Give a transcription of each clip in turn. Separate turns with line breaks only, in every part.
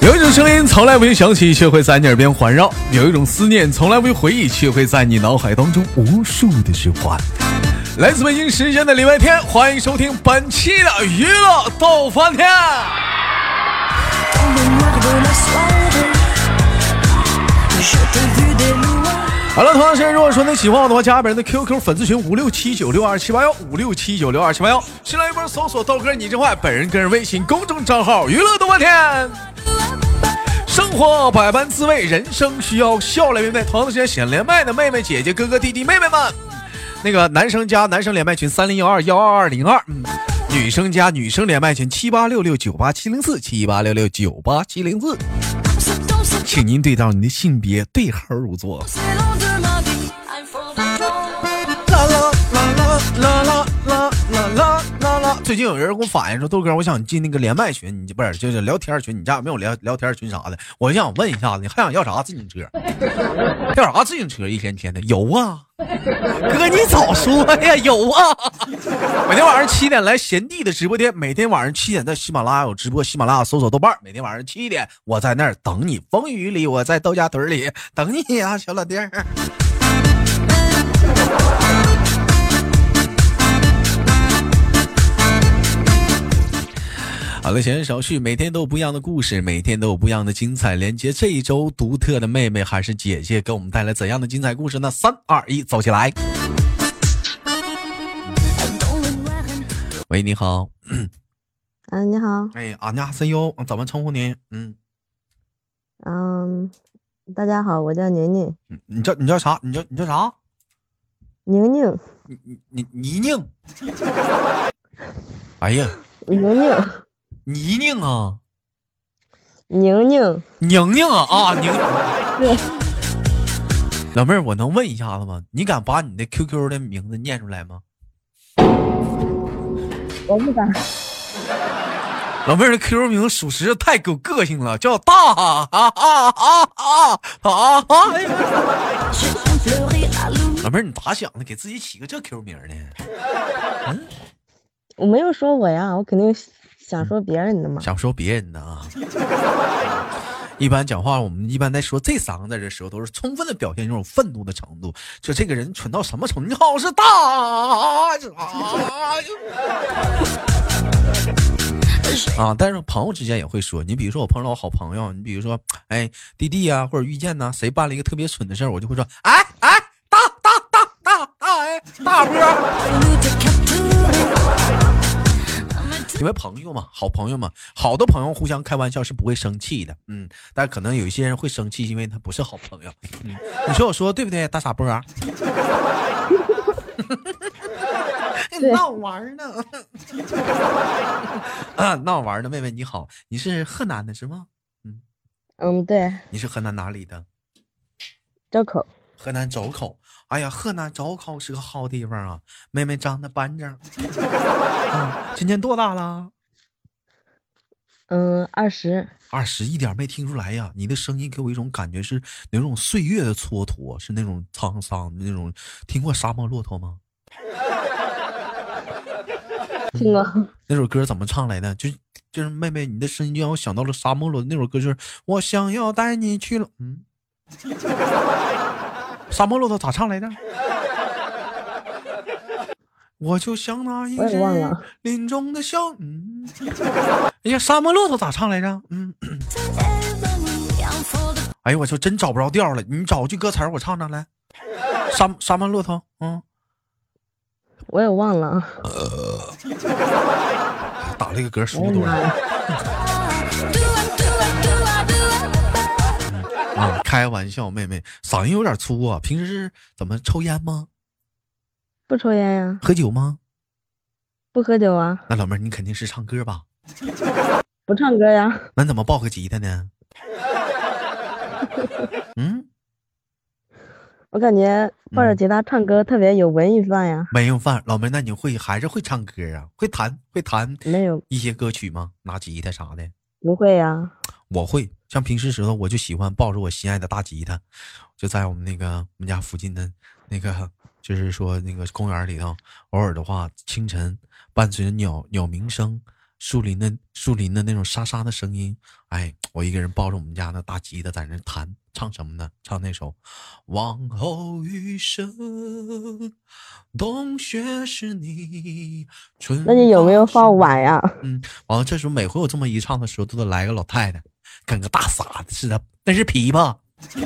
有一种声音从来不用响起，却会在你耳边环绕；有一种思念从来不用回忆，却会在你脑海当中无数的循环。来自北京时间的礼拜天，欢迎收听本期的娱乐逗翻天。好了，同样时间，如果说你喜欢我的话，加本人的 QQ 粉丝群五六七九六二七八幺五六七九六二七八幺，新浪微博搜索豆哥你真坏，本人个人微信公众账号娱乐逗翻天。生活百般滋味，人生需要笑来面对。同样的时间，想连麦的妹妹、姐姐、哥哥、弟弟、妹妹们，那个男生加男生连麦群三零幺二幺二二零二，嗯，女生加女生连麦群七八六六九八七零四七八六六九八七零四，请您对照您的性别对号入座。啦啦啦啦啦啦啦啦啦啦啦！最近有人给我反映说，豆哥，我想进那个连麦群，你这不是就是聊天群？你家有没有聊聊天群啥的？我就想问一下子，你还想要啥自行车？要啥自行车？一天天的有啊，哥你早说呀，有啊！每天晚上七点来贤弟的直播间，每天晚上七点在喜马拉雅有直播，喜马拉雅搜索豆瓣儿，每天晚上七点我在那儿等你，风雨里我在豆家屯儿里等你呀、小老弟儿。好了，闲言少叙，每天都有不一样的故事，每天都有不一样的精彩。连接这一周独特的妹妹还是姐姐，给我们带来怎样的精彩故事呢？三二一，走起来！喂，你好，
嗯，你好，
哎，俺家 CEO 怎么称呼您？嗯，
嗯，大家好，我叫宁宁，
你叫你叫啥？你叫你叫啥？
宁宁，
你你你泥宁？ 哎呀，
宁宁，
泥宁啊，
宁宁，
宁宁啊啊宁！老妹儿，我能问一下子吗？你敢把你的 QQ 的名字念出来吗？
我不敢，
老妹儿的 QQ 名属实太有个性了，叫大啊啊啊啊啊啊！ 老妹儿，你咋想的？给自己起个这 Q 名呢？
我没有说我呀，我肯定想说别人的嘛。
想说别人呢啊？一般讲话，我们一般在说这三个字的时候，都是充分的表现这种愤怒的程度。就这个人蠢到什么程度？你好是大啊啊！但是朋友之间也会说，你比如说我碰到我好朋友，你比如说，哎，弟弟呀、或者遇见呐、谁办了一个特别蠢的事儿，我就会说，哎哎，大大大大大哎大波。因为朋友嘛，好朋友嘛，好的朋友互相开玩笑是不会生气的，嗯，但可能有一些人会生气，因为他不是好朋友，嗯，你说我说对不对，大傻波、啊？哎闹玩呢， 啊，闹玩呢，妹妹你好，你是河南的是吗？
嗯，对，
你是河南哪里的？
周口，
河南周口。哎呀，河南周口是个好地方啊，妹妹长得板正。嗯今年多大了？
嗯，二十，
二十一点没听出来呀！你的声音给我一种感觉是有种岁月的蹉跎，是那种沧桑的那种。听过《沙漠骆驼》吗？
听过，
那首歌怎么唱来的？就就是妹妹，你的声音就让我想到了沙漠骆驼那首歌，就是我想要带你去了。嗯，沙漠骆驼咋唱来着？我就像那一
我也
只
忘了
林中的小，嗯，哎呀，沙漠骆驼咋唱来着？嗯，哎呦，我说真找不着调了，你找句歌词儿我唱唱来。沙沙漠骆驼，嗯，
我也忘了。啊
打了一个嗝，
哎
数
呀
多
妈
了
呀，
啊！开玩笑，妹妹嗓音有点粗啊，平时是怎么抽烟吗？
不抽烟呀，
喝酒吗？
不喝酒啊，
那老妹儿，你肯定是唱歌吧？
不唱歌呀，
那你怎么抱个吉他呢？ 嗯，
我感觉抱着吉他唱歌特别有文艺范呀。
没用饭，老妹儿，那你会还是会唱歌啊？会弹会弹
没有，
一些歌曲吗？拿吉他啥的？
不会呀、
我会像平时时候，我就喜欢抱着我心爱的大吉他，就在我们那个我们家附近的那个，就是说那个公园里头，偶尔的话，清晨伴随着鸟鸟鸣声、树林的树林的那种沙沙的声音，哎，我一个人抱着我们家那大吉他在那弹，唱什么呢？唱那首《往后余生》，冬雪是你，春
那你有没
花
有
是
放
你
碗呀、
嗯，完了，这时候每回有这么一唱的时候，都得来个老太太，跟个大傻子似的，那是琵琶，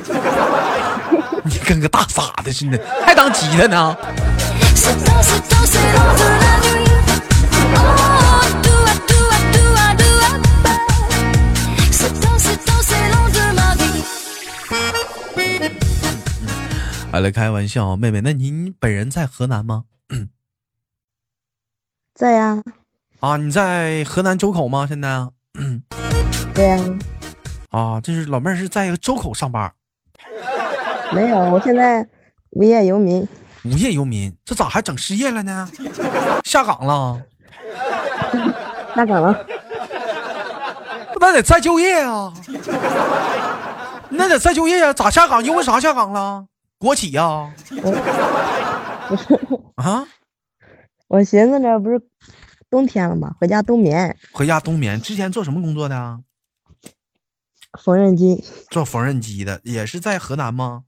你跟个大傻子似的，还当吉他呢？
C'est dans, c'est dans, c'est dans de la nuit. Oh, doua, doua, doua, doua, ba. C'est dans, c'est dans, c'est long de ma vie.
好了，开玩笑啊，妹妹，那您本人在河南吗？
在呀、
啊，你在河南周口吗？现在啊，
对呀、
啊，这是老妹儿是在周口上班，
没有，我现在无业游民，
无业游民，这咋还整失业了呢？下岗了？
下岗了。
那得再就业啊， 那得再就业啊，咋下岗？因为啥下岗了？国企呀、啊？啊？
我寻思着不是冬天了嘛，回家冬眠，
回家冬眠。之前做什么工作的啊？
缝纫机
做缝纫机的，也是在河南吗？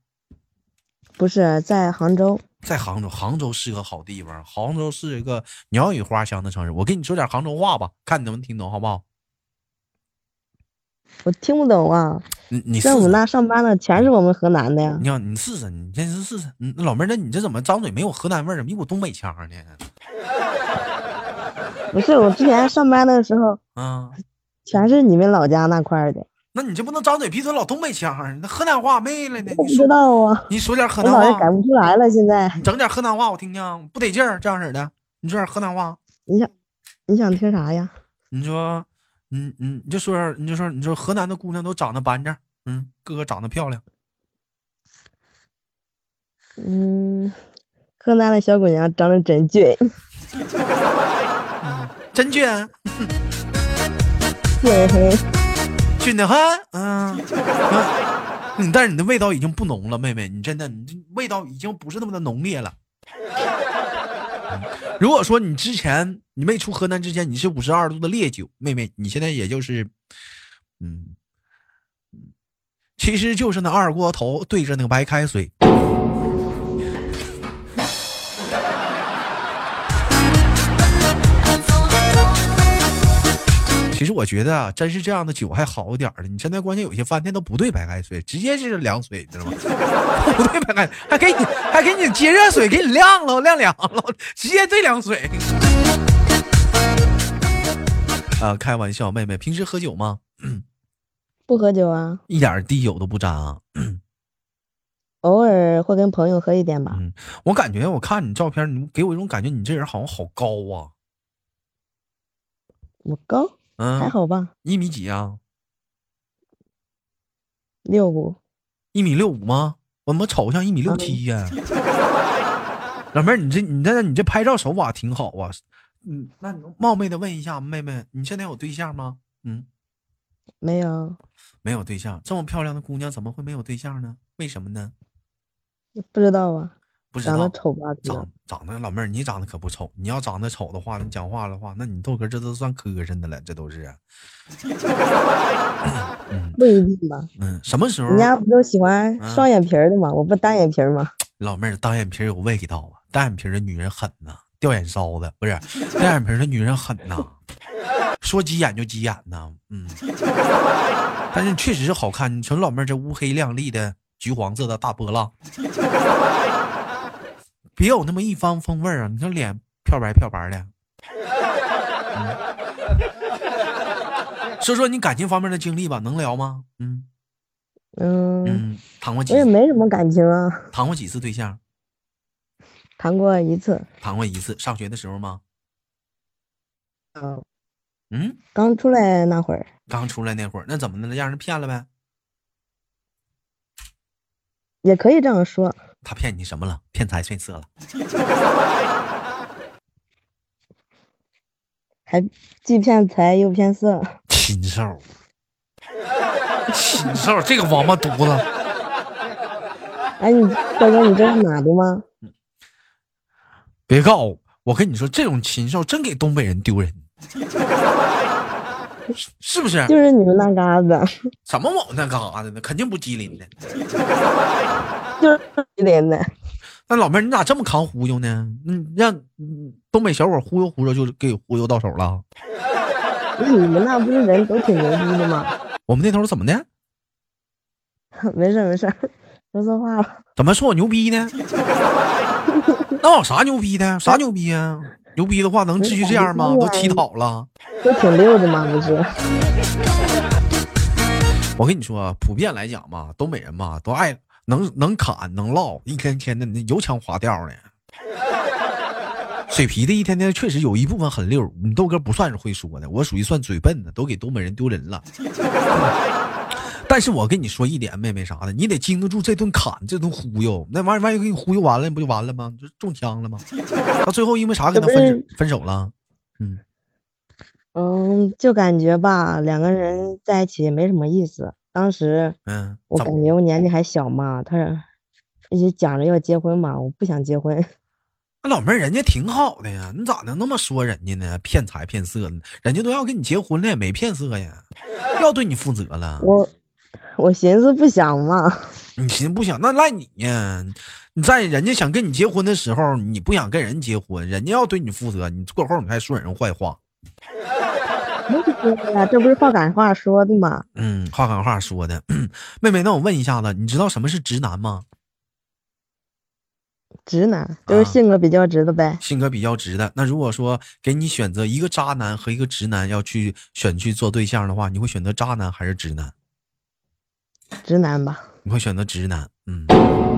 不是在杭州，
在杭州，杭州是个好地方，杭州是一个鸟语花香的城市。我跟你说点杭州话吧，看你能不能听懂，好不好？
我听不懂啊。
你你试
在我们
试，
那上班的全是我们河南的呀，
你要你试试，你先试试。嗯，老妹儿，那你这怎么张嘴没有河南味儿，怎么一股东北腔儿呢？
不是我之前上班的时候
啊，
全是你们老家那块儿的，
那你这不能张嘴闭嘴老东北腔儿，那河南话没了呢。
我不
你说
知，道啊，
你说点河
我
南
老是改
话，
不出来了。现在
你整点河南话我听听，不得劲儿，这样式儿的。你说点河南话。
你想你想听啥呀？
你说，嗯嗯，你就说，你就说，你说河南的姑娘都长得板正，嗯，个个长得漂亮。
嗯，河南的小姑娘长得真俊，
真俊，
俊嘿，
俊得很，嗯， 嗯嗯但是你的味道已经不浓了，妹妹，你真的，你这味道已经不是那么的浓烈了。嗯如果说你之前你没出河南之前你是五十二度的烈酒，妹妹，你现在也就是，嗯，其实就是那二锅头对着那个白开水，其实我觉得啊，真是这样的酒还好一点儿的。你现在关键有些饭店都不兑白开水，直接是凉水，你知道吗？ 不兑白开水，还给你还给你接热水，给你晾了晾凉了，直接兑凉水。啊，开玩笑，妹妹，平时喝酒吗？
不喝酒啊，
一点儿滴酒都不沾啊。
偶尔会跟朋友喝一点吧。
嗯，我感觉我看你照片，你给我一种感觉，你这人好像好高啊。
我高还
嗯，
好吧，
一米几啊？
六五
一米六五吗？我怎么瞅像一米六七呀？ 老妹儿，你这你这你这拍照手法挺好啊。嗯，那你冒昧的问一下，妹妹，你现在有对象吗？嗯，
没有，
没有对象。这么漂亮的姑娘怎么会没有对象呢？为什么呢？
不知道啊，
不知
长
道
得。丑吧？可能
长长得老妹儿，你长得可不丑。你要长得丑的话，你讲话的话，那你豆哥这都算磕碜的了，这都是。啊
不一定吧。
嗯，什么时候
人家不都喜欢
嗯
双眼皮儿的嘛，我不单眼皮儿嘛。
老妹儿单眼皮儿有味道啊？单眼皮儿的女人狠呐、掉眼梢的不是单眼皮儿的女人狠呐、说急眼就急眼呐、嗯。但是确实是好看，你瞅老妹儿这乌黑亮丽的橘黄色的大波浪，别有那么一番风味儿啊！你看脸漂白漂白的。嗯、说说你感情方面的经历吧，能聊吗？嗯
嗯，
嗯，谈过几
我也没什么感情啊，
谈过几次对象？
谈过一次，
谈过一次，上学的时候吗？
嗯，
嗯，
刚出来那会儿，
刚出来那会儿，那怎么的了？让人骗了呗？
也可以这样说，
他骗你什么了？骗财骗色了？
还既骗财又骗色。
禽兽， 禽兽，这个王八犊子。
哎，你大哥，你这是哪的吗？
别告我，我跟你说，这种禽兽真给东北人丢人，是是不是？
就是你们那嘎达，
怎么我们那嘎达的呢？肯定不吉林的。
就是吉林的。
那老妹儿，你咋这么扛忽悠呢？嗯，让嗯东北小伙忽悠忽悠就给忽悠到手了。
那你们那不是人都挺牛逼的吗？
我们那头儿怎么的？
没事没事，说错话了。
怎么说我牛逼呢？那有啥牛逼的？啥牛逼呀、牛逼的话能至于这样吗？都乞讨了。
都挺溜的嘛，不是？
我跟你说啊，普遍来讲嘛，东北人嘛都爱能能侃能唠，一天天的那油腔滑调的。嘴皮子一天天确实有一部分很溜，你豆哥不算是会说的，我属于算嘴笨的，都给东北人丢人了。 但是我跟你说一点，妹妹啥的，你得经得住这顿砍，这顿忽悠，那玩意儿万一给你忽悠完了，不就完了吗？就中枪了吗？到最后因为啥跟他分手分手了？嗯，
嗯，就感觉吧，两个人在一起也没什么意思。当时
嗯，
我
怎
感
么
觉我年纪还小嘛，他一直讲着要结婚嘛，我不想结婚。
那老妹儿人家挺好的呀，你咋能那么说人家呢？骗财骗色呢？人家都要跟你结婚了，也没骗色呀，要对你负责了。
我我寻思不想嘛，
你寻思不想，那赖你呀？你在人家想跟你结婚的时候，你不想跟人结婚，人家要对你负责，你过后你还说人坏话，
没说呀，这不是话赶话说的嘛？
嗯，话赶话说的。 妹妹，那我问一下子，你知道什么是直男吗？
直男就是
啊
性格比较直的呗。
性格比较直的。那如果说给你选择一个渣男和一个直男要去选去做对象的话，你会选择渣男还是直男？
直男吧，
你会选择直男，嗯，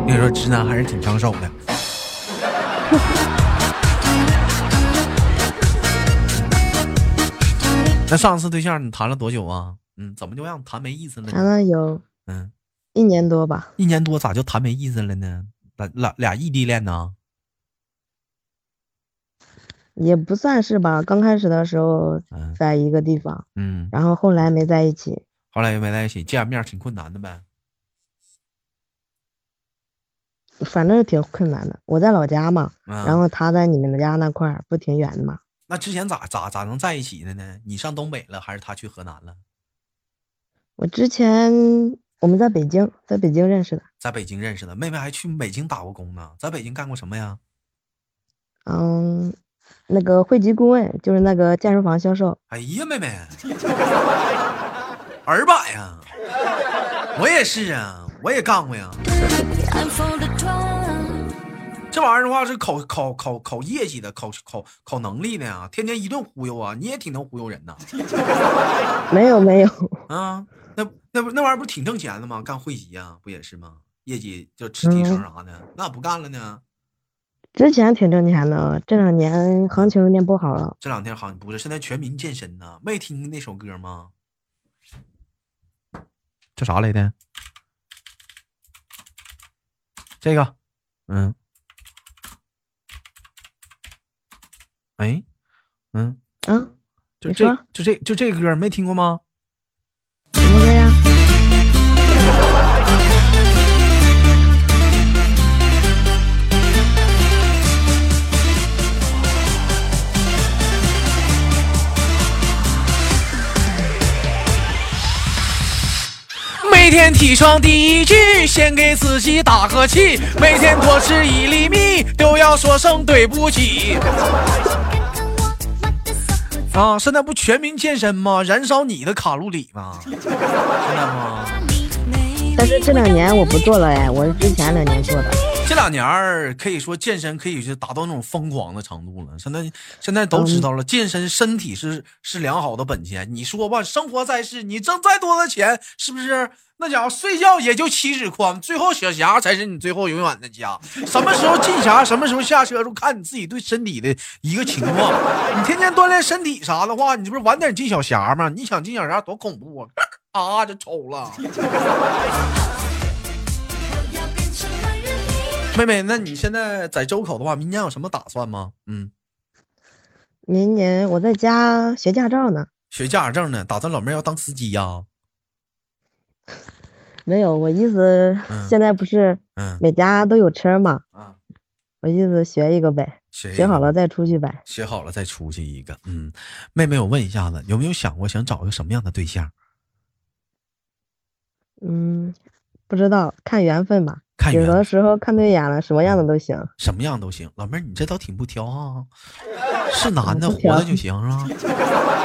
那时候直男还是挺长手的。 那上次对象你谈了多久啊？嗯，怎么就让谈没意思了
谈
呢？
了有
嗯，
一年多吧，
一年多咋就谈没意思了呢？俩俩俩异地恋呢？
也不算是吧。刚开始的时候
嗯
在一个地方，
嗯，
然后后来没在一起。
后来又没在一起，见面挺困难的呗。
反正挺困难的。我在老家嘛，
嗯、
然后他在你们家那块儿，不挺远的嘛？
那之前咋咋咋能在一起的呢？你上东北了，还是他去河南了？
我之前我们在北京，在北京认识的，
在北京认识的，妹妹还去北京打过工呢。在北京干过什么呀？
嗯，那个会籍顾问就是那个健身房销售，
哎呀，妹 妹，儿吧呀，我也是啊，我也干过呀。这玩意儿的话是考考考考业绩的，考考考能力的呀。天天一顿忽悠啊，你也挺能忽悠人呐。
没有没有，
啊，那那不那玩意儿不挺挣钱的吗？干会籍呀，不也是吗？业绩就吃提成啥的，那不干了呢？
之前挺挣钱的，这两年行情有点不好了。
这两天好像不是，现在全民健身呢。没听那首歌吗？叫啥来的？这个，嗯，哎，嗯，
啊，
就
你
这
说
就这就这歌没听过吗？
什么歌呀？
每天起床第一句，先给自己打个气。每天多吃一粒米，都要说声对不起。啊，现在不全民健身吗？燃烧你的卡路里吗？现在吗？
但是这两年我不做了哎，我是之前两年做的。
这两年儿可以说健身可以是达到那种疯狂的程度了。现在现在都知道了，健身身体是是良好的本钱。你说吧，生活在世，你挣再多的钱，是不是？那家伙睡觉也就七尺宽，最后小霞才是你最后永远的家。什么时候进霞，什么时候下车，就看你自己对身体的一个情况。你天天锻炼身体啥的话，你这不是晚点进小霞吗？你想进小霞多恐怖啊！ 啊，就抽了。妹妹，那你现在在周口的话，明年有什么打算吗？嗯。
明年我在家学驾照呢，
学驾驶证呢？打算老妹儿要当司机呀？
没有，我意思
嗯
现在不是
嗯
每家都有车嘛，
啊，
我意思学一个呗，
学
学好了再出去呗。
学好了再出去一个。嗯，妹妹，我问一下子，有没有想过想找个什么样的对象？
嗯，不知道，看缘分吧。
看
有
缘
的
分，
时候看对眼了，什么样的都行。
什么样都行。老妹儿，你这倒挺不挑 啊，是男的
不
活的
挑
就行啊。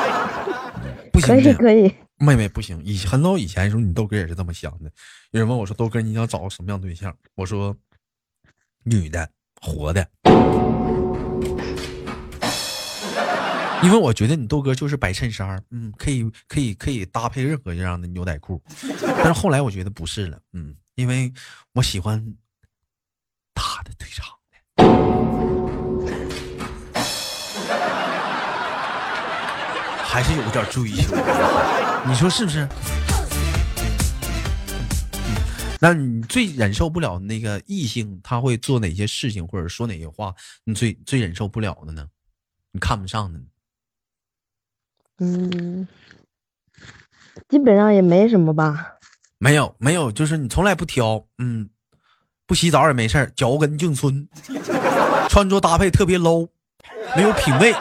不行
可，
这
以
样
可以，
妹妹不行，以前很早以前的时候，你豆哥也是这么想的。有人问我说：“豆哥，你想找个什么样对象？”我说：“女的，活的。”因为我觉得你豆哥就是白衬衫儿，嗯，可以可以可以搭配任何样的牛仔裤。但是后来我觉得不是了，嗯，因为我喜欢大的腿长的。还是有点追求，你说是不是？那你最忍受不了那个异性他会做哪些事情，或者说哪些话，你最最忍受不了的呢？你看不上的呢？
嗯，基本上也没什么吧。
没有，没有，就是你从来不挑，嗯，不洗澡也没事儿，脚跟净孙，穿着搭配特别 low，没有品味，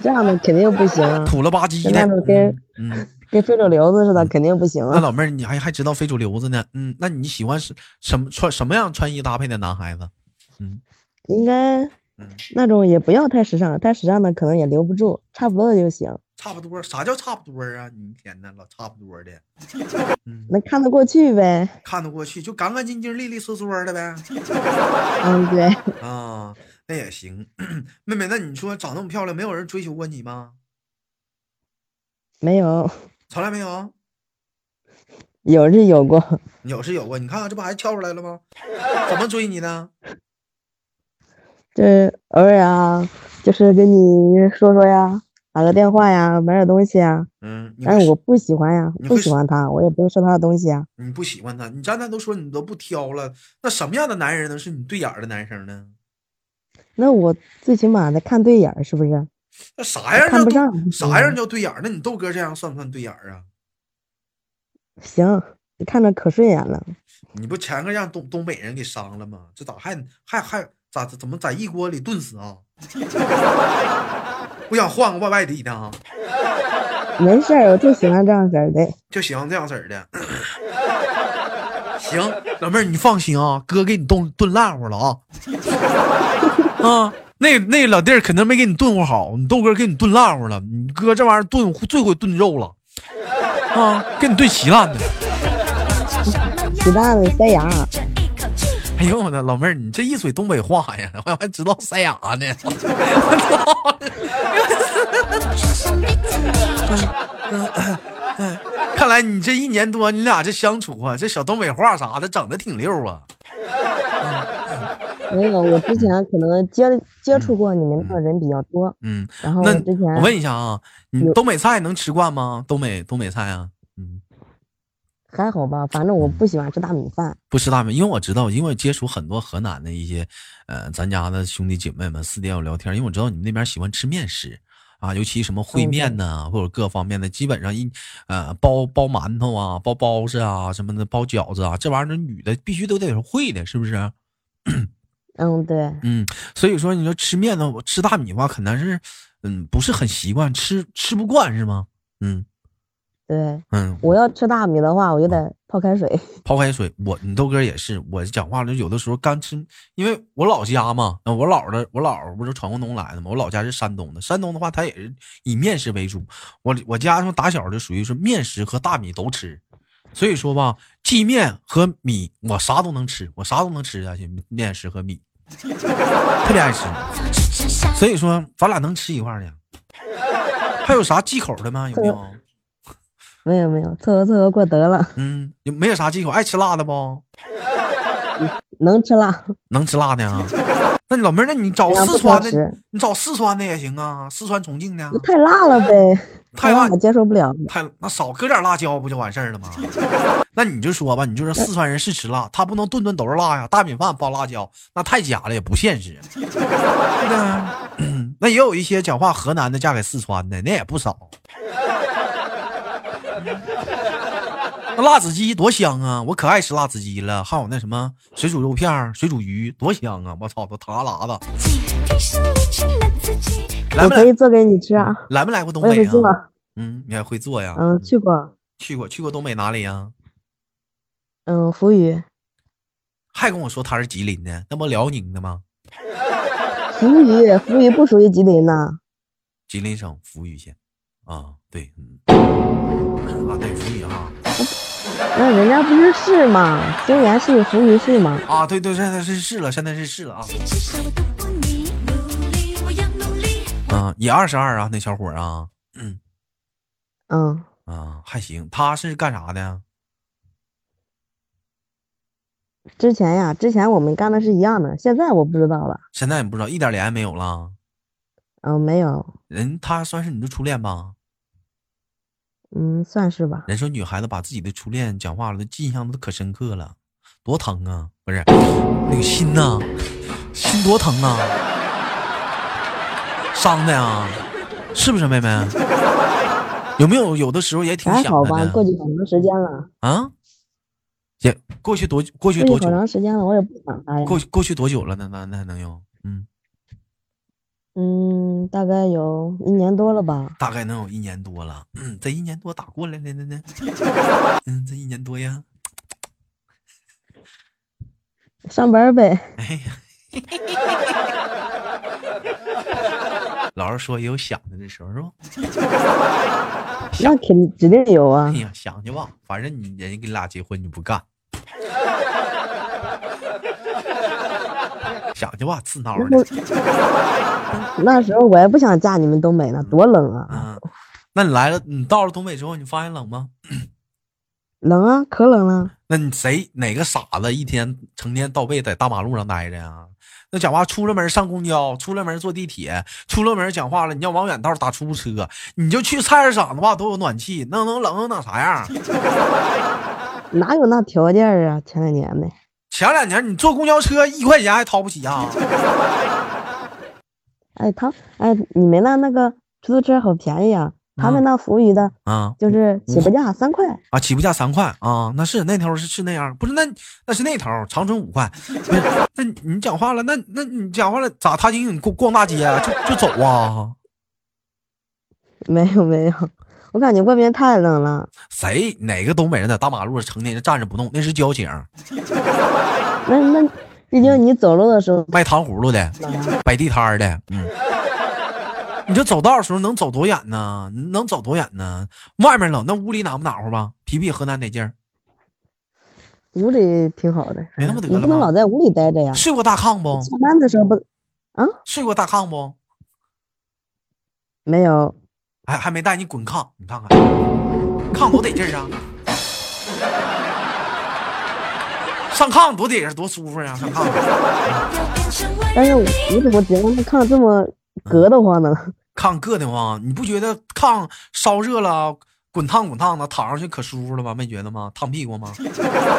这样的肯定不行啊，
土了吧唧
那
的
种，跟
嗯。嗯
跟非主流子似的，肯定不行
那
啊。
老妹儿，你还还知道非主流子呢？嗯，那你喜欢是什么穿什么样穿衣搭配的男孩子？
应该
嗯
那种也不要太时尚，太时尚的可能也留不住，差不多的就行，
差不多，啥叫差不多啊？你天呐，老差不多的， 嗯，
能看得过去呗。
看得过去，就干干净净、利利索索的呗。
嗯，对，
啊，那也行。 妹妹，那你说长那么漂亮，没有人追求过你吗？
没有，
从来没有，
有是有过，
有是有过。你看看，这不还跳出来了吗？怎么追你呢？
就是偶尔啊，就是跟你说说呀，打个电话呀，买点东西呀。
嗯，你
但
会
哎是我不喜欢呀
你，
不
会
喜
是
欢他，我也不会收他的东西啊。
你不喜欢他，你刚才都说你都不挑了，那什么样的男人呢？是你对眼儿的男生呢？
那我最起码得看对眼儿，是不是？
哎那啥样
看
叫
不
对
上嗯
啥样叫对眼儿？那你豆哥这样算不算对眼儿啊？
行，你看着可顺眼了。
你不前个让东东北人给伤了吗？这咋还还还咋怎么在一锅里炖死啊？ 我想换个外外地的啊，
没事儿，我就喜欢这样式儿的。
就喜欢这样式儿的。 行，老妹儿你放心啊，哥给你炖炖烂乎了啊。 啊，那那老弟儿肯定没给你炖乎好，你豆哥给你炖烂乎了，你哥这玩意儿炖最会炖肉了，啊，给你炖稀烂的。
鸡蛋里塞牙，
哎呦我的老妹儿，你这一嘴东北话呀，我还知道塞牙呢。 看来你这一年多，你俩这相处啊，这小东北话啥的整的挺溜啊。
没有，我之前可能接接触过你们那人比较多，
嗯，
然后
那
我哎之前
我问一下啊，你
有
东北菜能吃惯吗？东北东北菜啊，嗯，
还好吧，反正我不喜欢吃大米饭。
不吃大米，因为我知道，因为我接触很多河南的一些，呃，咱家的兄弟姐妹们私底下有聊天，因为我知道你们那边喜欢吃面食啊，尤其什么烩
嗯对
面呐、或者各方面的，基本上一呃包包馒头啊，包包子啊什么的，包饺子啊，这玩意儿女的必须都得是会的，是不是？
嗯，对，
嗯，所以说你说吃面呢，我吃大米的话，可能是，嗯，不是很习惯，吃吃不惯是吗？嗯
对，
嗯，
我要吃大米的话，我就得泡开水。
抛开水，我你豆哥也是，我讲话就有的时候干吃，因为我老家嘛，呃我姥的我姥儿不是闯关东来的嘛，我老家是山东的，山东的话它也是以面食为主，我我家从打小就属于是面食和大米都吃，所以说吧，既面和米我啥都能吃，我啥都能吃下去，面食和米特别爱吃，所以说咱俩能吃一块儿去。还有啥忌口的吗？有没有？
没有没有，凑合凑合过得了，
嗯，有没有啥忌口？爱吃辣的不？
能吃辣，
能吃辣的啊？ 那你老妹儿，那你找
哎呀
四
不
川
挑
的
食，嗯
你找四川的也行啊，四川重庆的啊、
太辣了呗。哎
太辣
我接受不了。
太那少搁点辣椒不就完事儿了吗？ 那你就说吧，你就说四川人是吃辣，他不能顿顿都是辣呀，大米饭包辣椒那太假了，也不现实。 那那也有一些讲话河南的嫁给四川的，那也不少。那辣子鸡多香啊！我可爱吃辣子鸡了，还有那什么水煮肉片儿、水煮鱼，多香啊！我操，都塔拉子。
平时委屈了自己，
来
我
没
可以
来？
做给你吃啊，
来没来过东
我也
北
会做。
啊？嗯，你还会做呀？
嗯，去过。
去过去过东北哪里呀、啊
嗯，扶余，
还跟我说他是吉林的，那不辽宁的吗？
扶余，扶余不属于吉林呐。
吉林省扶余县，啊，对，嗯，啊，对，扶余啊，
那人家不是市吗？中原市、扶余市吗？
啊，对对，现在是市了，现在是市了啊，
谁至少我都不你努力，我要努力。
啊，也二十二啊，那小伙儿啊，
嗯，
啊，还行，他是干啥的呀？
之前呀，之前我们干的是一样的，现在我不知道了。
现在你不知道，一点联系没有了。
嗯，没有，
人他算是你的初恋吧？
嗯，算是吧。
人说女孩子把自己的初恋讲话了，都印象都可深刻了，多疼啊！不是那个心呐、心多疼啊，伤的呀，是不是妹妹？有没有有的时候也挺
还
想
好
她
吧，
呢
过去好长时间了，
啊？也过去多过去
过
多
去
久
好？长时间了，我也不想他呀。
过去过去多久了呢？那那还能有嗯，
嗯，大概有一年多了吧。
大概能有一年多了。嗯，这一年多咋过来的呢？呢？嗯，这一年多呀。
上班呗，
哎呀， 老是说也有想的的时候是吧？
那肯指定有啊
哎。呀，想去吧，反正你人家跟你俩结婚你不干， 想去吧，刺挠的。
那时候我也不想嫁你们东北呢，多冷啊！
嗯，那你来了，你到了东北之后，你发现冷吗？
冷啊，可冷了。
那你谁哪个傻子一天成天到背在大马路上待着呀？那讲话出了门上公交，出了门坐地铁，出了门讲话了，你要往远道打出租车，你就去菜市场的话都有暖气，那能冷成那啥样？
哪有那条件啊？前两年呗，
前两年你坐公交车一块钱还掏不起 啊？
哎，他哎，你们那那个出租车好便宜啊，他
嗯
们那扶余的
啊
就是起步价 三块，
啊，起步价三块啊，那是那头是是那样，不是那那是那头长春五块， 不是那你你讲话了，那那你讲话了咋？他请你逛逛大街、啊、就就走啊？
没有没有，我感觉外面太冷 了，
谁哪个东北人在大马路上成天就站着不动？那是交警
那
嗯
那毕竟你走路的时候
卖糖葫芦的，摆地摊儿的，嗯。你就走道的时候能走多远呢？能走多远呢？外面冷，那屋里暖不暖和吧？比比河南得劲儿。
屋里挺好的，
没那么得
你
了
不能
吧
老在屋里待着呀。
睡过大炕不？
上班的时候不
睡过大炕不？
没有，
还还没带你滚炕，你看看，炕多得劲儿啊！上炕多得劲儿，多舒服啊！上炕，
要变成万
但是我
人迷
我怎么觉得那炕这么
嗯
隔得慌呢？
炕硌得慌，你不觉得炕烧热了，滚烫滚烫的，躺上去可舒服了吗？没觉得吗？烫屁股 吗？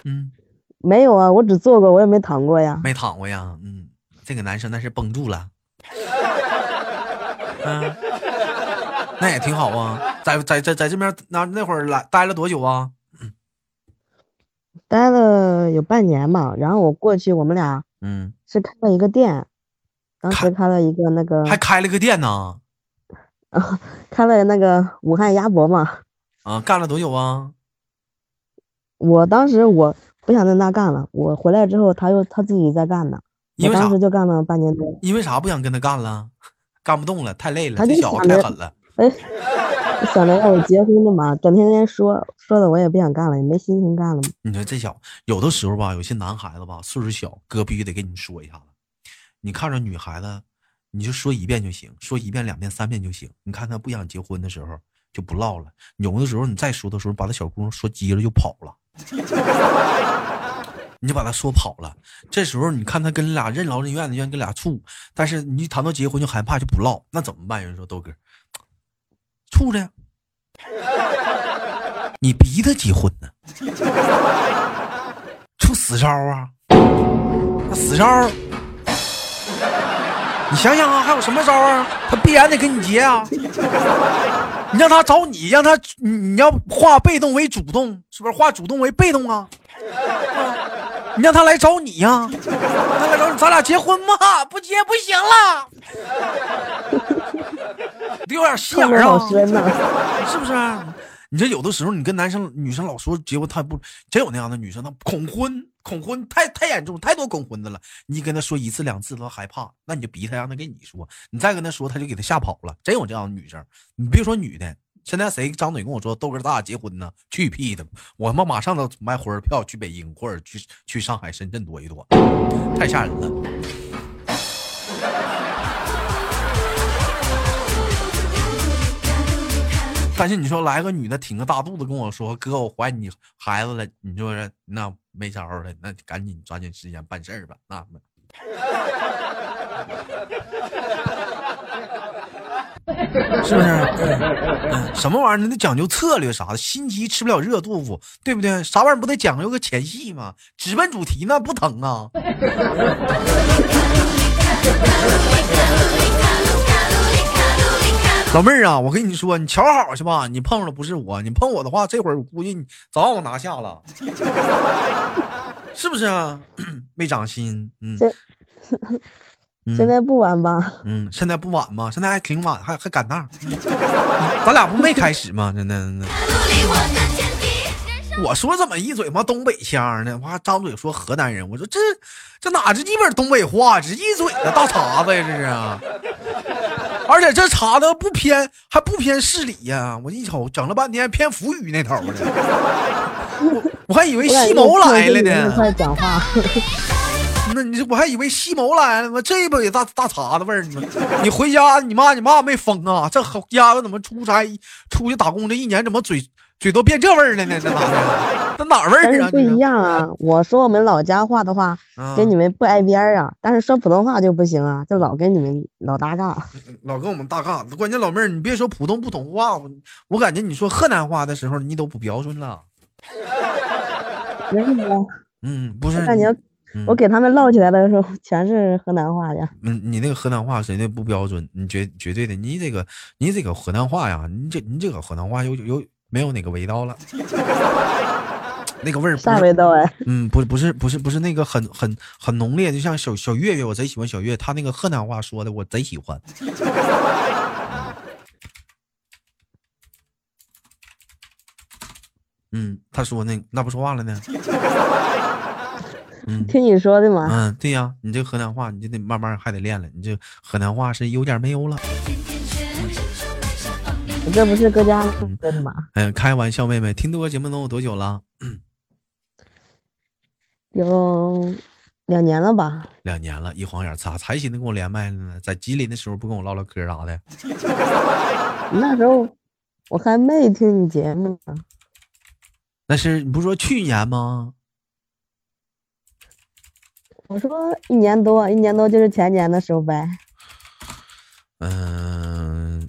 嗯，
没有啊，我只坐过，我也没躺过呀。
没躺过呀。嗯，这个男生那是绷住了。嗯、那也挺好啊，在在在在这边那那会儿来待了多久啊？
待了有半年吧，然后我过去，我们俩
嗯，
是开了一个店，当
开
时开了一个那个
还开了个店呢。
开了那个武汉鸭脖嘛。
啊，干了多久啊？
我当时我不想在那干了，我回来之后他又他自己在干的，
因
我
为啥
当时就干了半年多。
因为啥不想跟他干了？干不动了，太累了，
他
这
就
小子
想
太
着
狠了。
哎，我想着要我结婚的嘛，整天天说说的我也不想干了，也没心情干了嘛。
你说这小有的时候吧，有些男孩子吧，岁数小，哥必须得跟你说一下子。你看着女孩子，你就说一遍就行，说一遍、两遍、三遍就行。你看她不想结婚的时候就不唠了，有的时候你再说的时候，把她小姑娘说急了就跑了。 你就把她说跑了，这时候你看她跟你俩任劳任怨的愿意跟俩处，但是你一谈到结婚就害怕就不唠，那怎么办？有人说豆哥，处着呀，你逼他结婚呢？出死招啊！那死招儿，你想想啊，还有什么招儿啊？他必然得跟你结啊！你让他找你，让他你你要化被动为主动，是不是化主动为被动啊？啊你让他来找你呀、他来找你，咱俩结婚吧？不结不行了，得有点心眼
后
儿
面
啊！
好深呐、
是不是啊、你这有的时候，你跟男生、女生老说结婚，他也不真有那样的女生，她恐婚，恐婚太太严重，太多恐婚的了。你跟她说一次两次都害怕，那你就逼她让她跟你说，你再跟她说，她就给她吓跑了。真有这样的女生，你别说女的，现在谁张嘴跟我说豆哥咱俩结婚呢？去屁的！我他妈马上都买火车票去北京，或者去去上海、深圳躲一躲，太吓人了。但是你说来个女的挺个大肚子跟我说：“哥，我怀你孩子了。”你说是那没招儿了，那赶紧抓紧时间办事儿吧。那没是不是？嗯什么玩意儿？你得讲究策略啥的。心急吃不了热豆腐，对不对？啥玩意儿不得讲究个前戏吗？直奔主题那不疼啊？老妹儿啊，我跟你说，你瞧好去吧。你碰上的不是我，你碰我的话，这会儿我估计你早让我拿下了， 是不是啊？ 没长心，嗯
这。
嗯
现在不 玩吧？
嗯，现在不晚吗？现在还挺晚，还还赶趟儿。嗯 咱俩不没开始吗？真的，真的。我说怎么一嘴嘛东北腔呢？我还张嘴说河南人，我说这这哪是一本东北话，这一嘴的大碴子呀，这是啊。而且这碴子不偏，还不偏市里呀、我一瞅，整了半天偏扶余那头呢。 我我还以为
我感
西
觉
某来了
你那
呢。
块讲 话，
那你这我还以为西谋来了，我这不也大大碴子味儿吗？你回家，你妈你妈没疯啊？这好丫头怎么出差出去打工这一年，怎么嘴嘴都变这味儿了呢？这哪儿？这哪儿味
但
儿啊
是？不一样啊。我说我们老家话的话，
啊
跟你们不挨边儿啊，但是说普通话就不行啊，就老跟你们老搭嘎。
老跟我们大杠，关键老妹儿，你别说普通不通话，我我感觉你说河南话的时候，你都不标准了。
为什么？
嗯，不是
我，感觉
嗯
我给他们唠起来的时候全是河南话呀。
嗯，你那个河南话绝对不标准，你绝绝对的，你这个你这个河南话呀，你这你这个河南话有有没有哪个味道了？ 那个味儿不
下
是
回都哎，
嗯，不是不是不是不是那个很很很浓烈，就像小小岳岳，我贼喜欢小岳，他那个河南话说的我贼喜欢。 嗯，他说那那不说话了呢？ 嗯
听你说的嘛。
嗯，对呀，你这河南话你就得慢慢还得练了，你这河南话是有点没有了。
我这不是搁家说的嘛，
哎，开玩笑，妹妹，听多节目能有多久了？
有两年了吧？
两年了，一晃眼儿，咋才寻思跟我连麦呢？在吉林的时候不跟我唠唠嗑啥的？
那时候我还没听你节目呢，
那是你不是说去年吗？
我说一年多，一年多就是前年的时候呗。
嗯、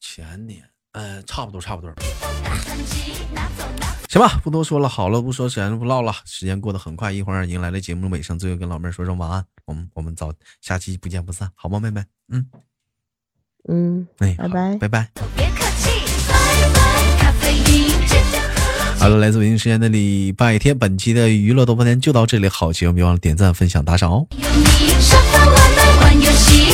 前年，呃，差不多，差不多。行吧，不多说了，好了，不说闲了，不唠了，时间过得很快，一会儿迎来了节目的尾声，最后跟老妹儿说声晚安，我们我们早下期不见不散，好吗，妹妹？嗯，
嗯，
哎，
拜
好
拜
拜拜。
别客气，拜拜，咖啡因，这叫
好了，来自北京时间的礼拜天，本期的娱乐豆瓣天就到这里，好节目别忘了点赞、分享、打赏哦。
有你，沙发我们玩游戏。